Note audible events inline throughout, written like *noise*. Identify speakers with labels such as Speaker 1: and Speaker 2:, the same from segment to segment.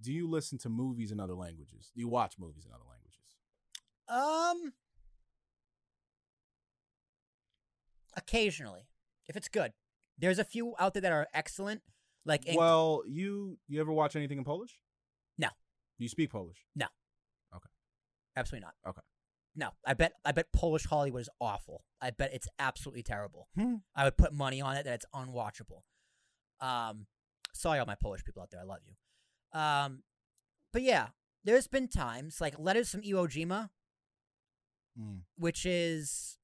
Speaker 1: do you listen to movies in other languages? Do you watch movies in other languages?
Speaker 2: Um, occasionally, if it's good, there's a few out there that are excellent. Like Eng-
Speaker 1: well, you you ever watch anything in Polish?
Speaker 2: No.
Speaker 1: Do you speak Polish?
Speaker 2: absolutely not.
Speaker 1: Okay.
Speaker 2: No, I bet I bet Polish Hollywood is awful. I bet it's absolutely terrible.
Speaker 1: Hmm.
Speaker 2: I would put money on it that it's unwatchable. Um, sorry, all my Polish people out there, I love you. Um, but yeah, there's been times like letters from Iwo Jima,
Speaker 1: Mm.
Speaker 2: which is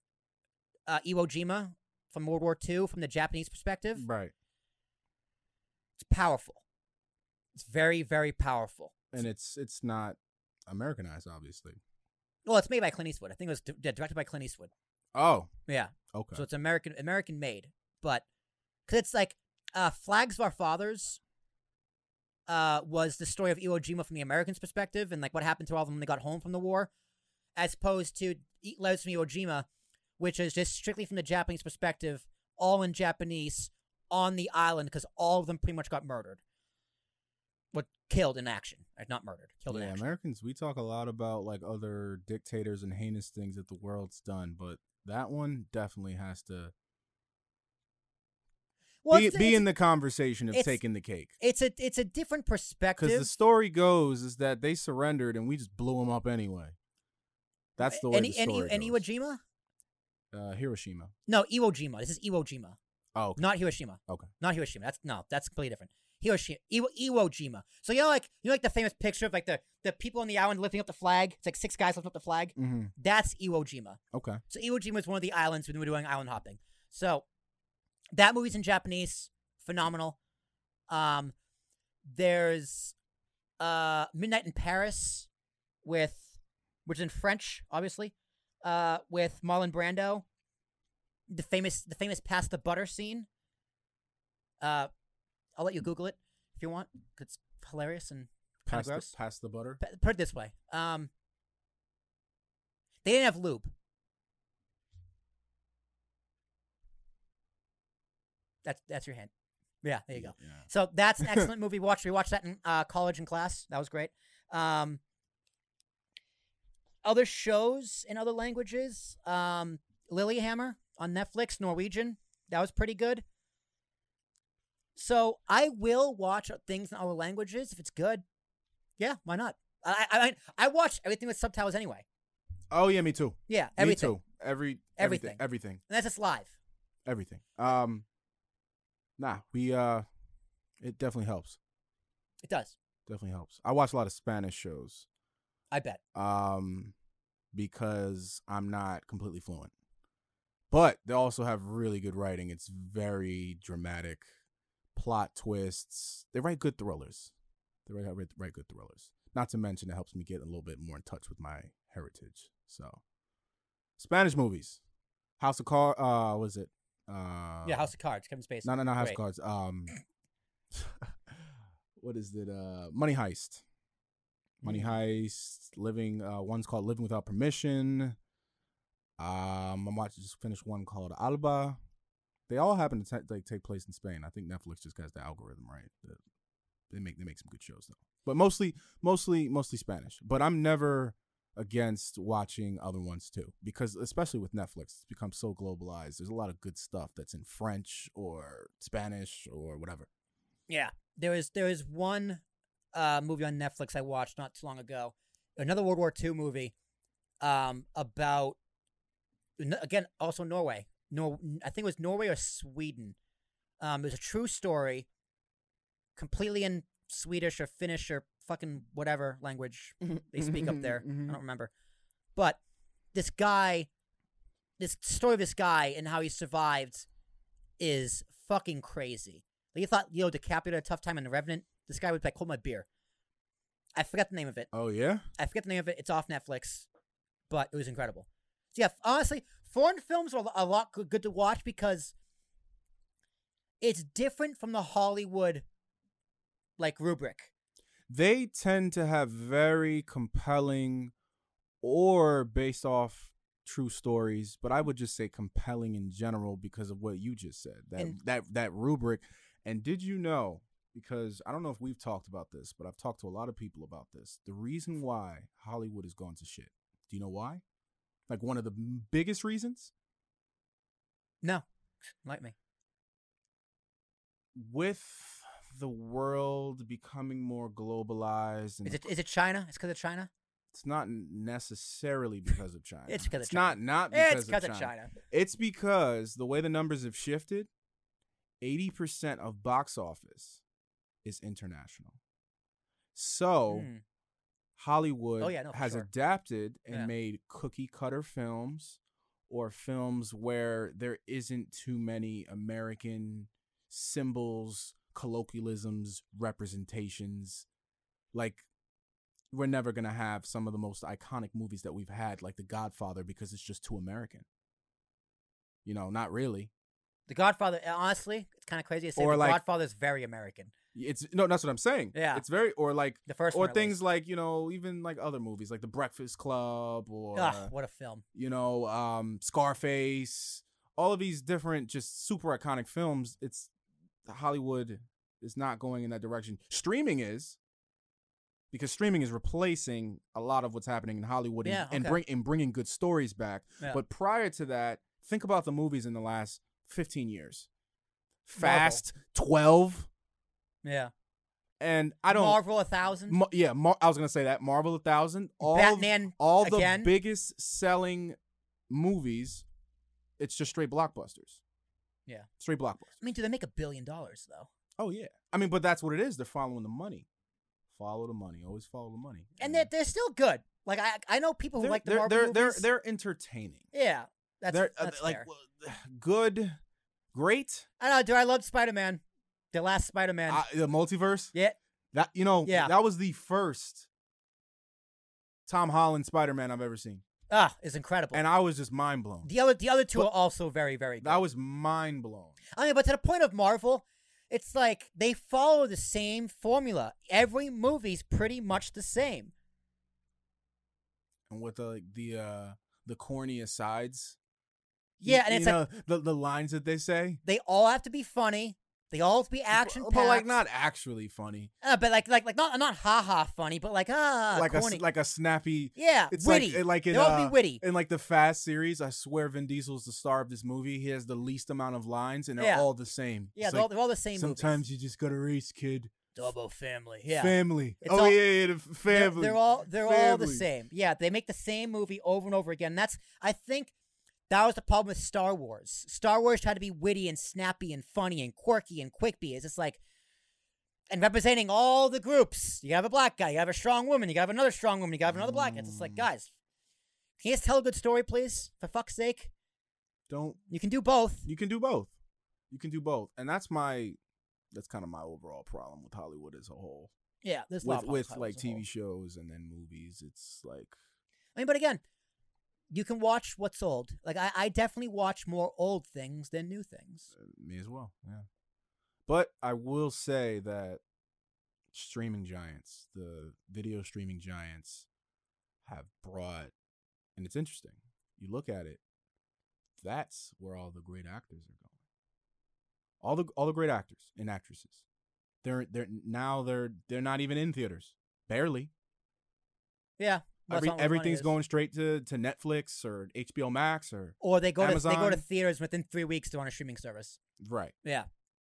Speaker 2: uh, Iwo Jima from World War II from the Japanese perspective.
Speaker 1: Right.
Speaker 2: It's powerful. It's very, very powerful.
Speaker 1: And it's it's not Americanized, obviously.
Speaker 2: Well, it's made by Clint Eastwood. I think it was di- yeah, directed by Clint Eastwood.
Speaker 1: Oh,
Speaker 2: Yeah.
Speaker 1: okay.
Speaker 2: So it's American American made, but because it's like uh, Flags of Our Fathers uh, was the story of Iwo Jima from the Americans' perspective and like what happened to all of them when they got home from the war, as opposed to Eat Letters from Iwo Jima, which is just strictly from the Japanese perspective, all in Japanese on the island because all of them pretty much got murdered. What killed in action, like, not murdered, killed in
Speaker 1: yeah,
Speaker 2: action.
Speaker 1: Americans, we talk a lot about like other dictators and heinous things that the world's done, but that one definitely has to
Speaker 2: well,
Speaker 1: be,
Speaker 2: it's,
Speaker 1: be
Speaker 2: it's,
Speaker 1: in the conversation of
Speaker 2: it's-
Speaker 1: taking the cake.
Speaker 2: it's a it's a different perspective.
Speaker 1: Because the story goes is that they surrendered and we just blew them up anyway. That's the way
Speaker 2: and,
Speaker 1: the
Speaker 2: and,
Speaker 1: story
Speaker 2: and Iwo
Speaker 1: goes.
Speaker 2: Jima.
Speaker 1: uh, Hiroshima.
Speaker 2: No, Iwo Jima. This is Iwo Jima,
Speaker 1: Oh, okay.
Speaker 2: not Hiroshima.
Speaker 1: Okay.
Speaker 2: Not Hiroshima. That's no, that's completely different. Hiroshima, Iwo, Iwo Jima. So you know, like you know, like the famous picture of like the the people on the island lifting up the flag. It's like six guys lifting up the flag.
Speaker 1: hmm
Speaker 2: That's Iwo Jima.
Speaker 1: Okay.
Speaker 2: So Iwo Jima is one of the islands when we were doing island hopping. So that movie's in Japanese, phenomenal. Um, there's uh Midnight in Paris with, which is in French, obviously, uh, with Marlon Brando. The famous, the famous pass the butter scene. Uh, I'll let you Google it if you want. 'cause It's hilarious and kind
Speaker 1: Pass
Speaker 2: of
Speaker 1: the,
Speaker 2: gross.
Speaker 1: pass the butter.
Speaker 2: P- put it this way. Um, they didn't have lube. That's that's your hint. Yeah, there you go.
Speaker 1: Yeah.
Speaker 2: So
Speaker 1: *laughs*
Speaker 2: that's an excellent movie. Watch we watched that in uh, college and class. That was great. Um, other shows in other languages. Um, Lilyhammer on Netflix, Norwegian. That was pretty good. So I will watch things in other languages if it's good. Yeah, why not? I I I- I watch everything with subtitles anyway.
Speaker 1: Oh yeah, me too.
Speaker 2: Yeah, everything.
Speaker 1: Me too. Every everything.
Speaker 2: Everything.
Speaker 1: Everything.
Speaker 2: And that's just live.
Speaker 1: Everything. Um Nah, we uh it definitely helps.
Speaker 2: It does.
Speaker 1: Definitely helps. I watch a lot of Spanish shows.
Speaker 2: I bet.
Speaker 1: Um because I'm not completely fluent. But they also have really good writing. It's very dramatic plot twists. They write good thrillers. They write write, write good thrillers. Not to mention it helps me get a little bit more in touch with my heritage. So Spanish movies. House of Car uh was it? Uh
Speaker 2: yeah, House of Cards, Kevin Spacey.
Speaker 1: no, no, not House
Speaker 2: Great.
Speaker 1: of Cards. Um, *clears throat*
Speaker 2: *laughs*
Speaker 1: what is it? Uh, Money Heist. Money Heist. Living. Uh, one's called Living Without Permission. Um, I'm watching. Just finished one called Alba. They all happen to ta like take place in Spain. I think Netflix just has the algorithm right. The- they make they make some good shows though, but mostly mostly mostly Spanish. But I'm never against watching other ones too because especially with netflix it's become so globalized there's a lot of good stuff that's in french or spanish or whatever
Speaker 2: Yeah, there is there is one uh, movie on Netflix I watched not too long ago, another World War II movie um, about n- again also Norway. Nor I think it was Norway or Sweden. Um, it was a true story, completely in Swedish or Finnish or fucking whatever language they speak up there. I don't remember, but this guy, this story of this guy and how he survived, is fucking crazy. Like you thought Leo DiCaprio had a tough time in The Revenant. This guy would be like, hold my beer. I forgot the name of it.
Speaker 1: oh yeah
Speaker 2: I forget the name of it. It's off Netflix, but it was incredible. So yeah, honestly, foreign films are a lot good, good to watch because it's different from the Hollywood like rubric.
Speaker 1: they tend to have very compelling or based off true stories but i would just say compelling in general because of what you just said that
Speaker 2: And-
Speaker 1: that that rubric and did you know because I don't know if we've talked about this, but I've talked to a lot of people about this. The reason why Hollywood has gone to shit. Do you know why? Like one of the m- biggest reasons
Speaker 2: No, like me.
Speaker 1: with the world becoming more globalized and
Speaker 2: Is it is it China? It's because of China.
Speaker 1: it's not
Speaker 2: *laughs*
Speaker 1: necessarily because of China.
Speaker 2: It's because of
Speaker 1: not not because
Speaker 2: Eh, It's
Speaker 1: of
Speaker 2: because of
Speaker 1: China.
Speaker 2: China.
Speaker 1: It's because the way the numbers have shifted, 80% of box office is international. So
Speaker 2: Mm.
Speaker 1: Hollywood
Speaker 2: Oh, yeah, no, for
Speaker 1: has
Speaker 2: sure.
Speaker 1: adapted and
Speaker 2: Yeah.
Speaker 1: made cookie cutter films or films where there isn't too many American symbols, colloquialisms, representations. Like, we're never going to have some of the most iconic movies that we've had, like The Godfather, because it's just too American. You know, not really.
Speaker 2: The Godfather. eh, Honestly, it's kind of crazy to say.
Speaker 1: Or
Speaker 2: The
Speaker 1: like-
Speaker 2: Godfather is very American.
Speaker 1: It's no, that's what I'm saying.
Speaker 2: Yeah.
Speaker 1: It's very, or like,
Speaker 2: The first
Speaker 1: or
Speaker 2: one, at
Speaker 1: things
Speaker 2: least.
Speaker 1: like, you know, even like other movies, like The Breakfast Club or.
Speaker 2: Ugh, what a film.
Speaker 1: you know, um, Scarface, all of these different just super iconic films. It's Hollywood is not going in that direction. Streaming is because streaming is replacing a lot of what's happening in Hollywood and,
Speaker 2: Yeah,
Speaker 1: and
Speaker 2: okay.
Speaker 1: bring and bringing good stories back.
Speaker 2: Yeah.
Speaker 1: But prior to that, think about the movies in the last 15 years. Fast 12
Speaker 2: Yeah.
Speaker 1: and I don't
Speaker 2: Marvel a thousand.
Speaker 1: Mar- yeah, Mar- I was going to say that Marvel 1000 all
Speaker 2: Batman
Speaker 1: all
Speaker 2: again?
Speaker 1: the biggest selling movies, it's just straight blockbusters.
Speaker 2: Yeah.
Speaker 1: Straight blockbusters.
Speaker 2: I mean, do they make a billion dollars though?
Speaker 1: Oh yeah. I mean, but that's what it is. They're following the money. Follow the money. Always follow the money.
Speaker 2: And they're, they're still good. Like I I know people who
Speaker 1: they're,
Speaker 2: like the
Speaker 1: they're,
Speaker 2: Marvel
Speaker 1: they're, they're
Speaker 2: movies.
Speaker 1: they're entertaining.
Speaker 2: yeah. That's,
Speaker 1: they're uh,
Speaker 2: that's
Speaker 1: like
Speaker 2: fair.
Speaker 1: well, good, great.
Speaker 2: I know. Do I love Spider Man? The last Spider Man.
Speaker 1: Uh, the multiverse.
Speaker 2: yeah.
Speaker 1: That you know.
Speaker 2: Yeah.
Speaker 1: That was the first Tom Holland Spider Man I've ever seen,
Speaker 2: Ah, is incredible.
Speaker 1: and I was just mind blown.
Speaker 2: the other the other two
Speaker 1: But-
Speaker 2: are also very very good.
Speaker 1: I was mind blown.
Speaker 2: I mean, but to the point of Marvel, it's like they follow the same formula. Every movie's pretty much the same.
Speaker 1: and with the like, the uh the corniest sides. You-
Speaker 2: Yeah, and
Speaker 1: you
Speaker 2: it's like
Speaker 1: know, the the lines that they say,
Speaker 2: they all have to be funny. They all have to be action Ah,
Speaker 1: but, but like not actually funny,
Speaker 2: but like like like not not ha ha funny, but like ah
Speaker 1: like a
Speaker 2: corny.
Speaker 1: s- like a snappy.
Speaker 2: yeah,
Speaker 1: It's
Speaker 2: witty.
Speaker 1: like like in,
Speaker 2: they all have to
Speaker 1: uh,
Speaker 2: be witty.
Speaker 1: in like the Fast series. I swear, Vin Diesel's the star of this movie. He has the least amount of lines, and they're
Speaker 2: Yeah.
Speaker 1: all the same.
Speaker 2: Yeah,
Speaker 1: It's
Speaker 2: they're, all,
Speaker 1: like,
Speaker 2: they're all the same.
Speaker 1: Sometimes
Speaker 2: movies.
Speaker 1: you just gotta race, kid.
Speaker 2: double family. Yeah,
Speaker 1: Family.
Speaker 2: It's
Speaker 1: oh
Speaker 2: all-
Speaker 1: yeah, yeah, the f-
Speaker 2: They're-
Speaker 1: family.
Speaker 2: They're, all they're all the
Speaker 1: Family.
Speaker 2: same. Yeah, they make the same movie over and over again. That's I think that was the problem with Star Wars. Star Wars tried to be witty and snappy and funny and quirky and quippy. It's just like and representing all the groups. You have a black guy, you have a strong woman, you have another strong woman, you have another black guy. It's just like,
Speaker 1: Mm.
Speaker 2: guys, can you just tell a good story, please? For fuck's sake.
Speaker 1: Don't
Speaker 2: You can do both.
Speaker 1: you can do both. You can do both, and that's my that's kind of my overall problem with Hollywood as a whole.
Speaker 2: Yeah, there's a lot
Speaker 1: with
Speaker 2: of
Speaker 1: with
Speaker 2: podcasts
Speaker 1: like
Speaker 2: as a whole.
Speaker 1: TV shows and then movies. It's like
Speaker 2: I mean, but again, you can watch what's old. Like I, I definitely watch more old things than new things.
Speaker 1: uh, me as well. Yeah, but I will say that streaming giants, the video streaming giants, have brought, and it's interesting. You look at it. That's where all the great actors are going. All the all the great actors and actresses. They're they're now they're they're not even in theaters. Barely.
Speaker 2: Yeah. well,
Speaker 1: Every,
Speaker 2: that's not where the money
Speaker 1: everything's
Speaker 2: is.
Speaker 1: going straight to, to Netflix or HBO Max or
Speaker 2: Or they go to they go to
Speaker 1: Amazon.
Speaker 2: theaters within three weeks. They're on a streaming service.
Speaker 1: right.
Speaker 2: Yeah.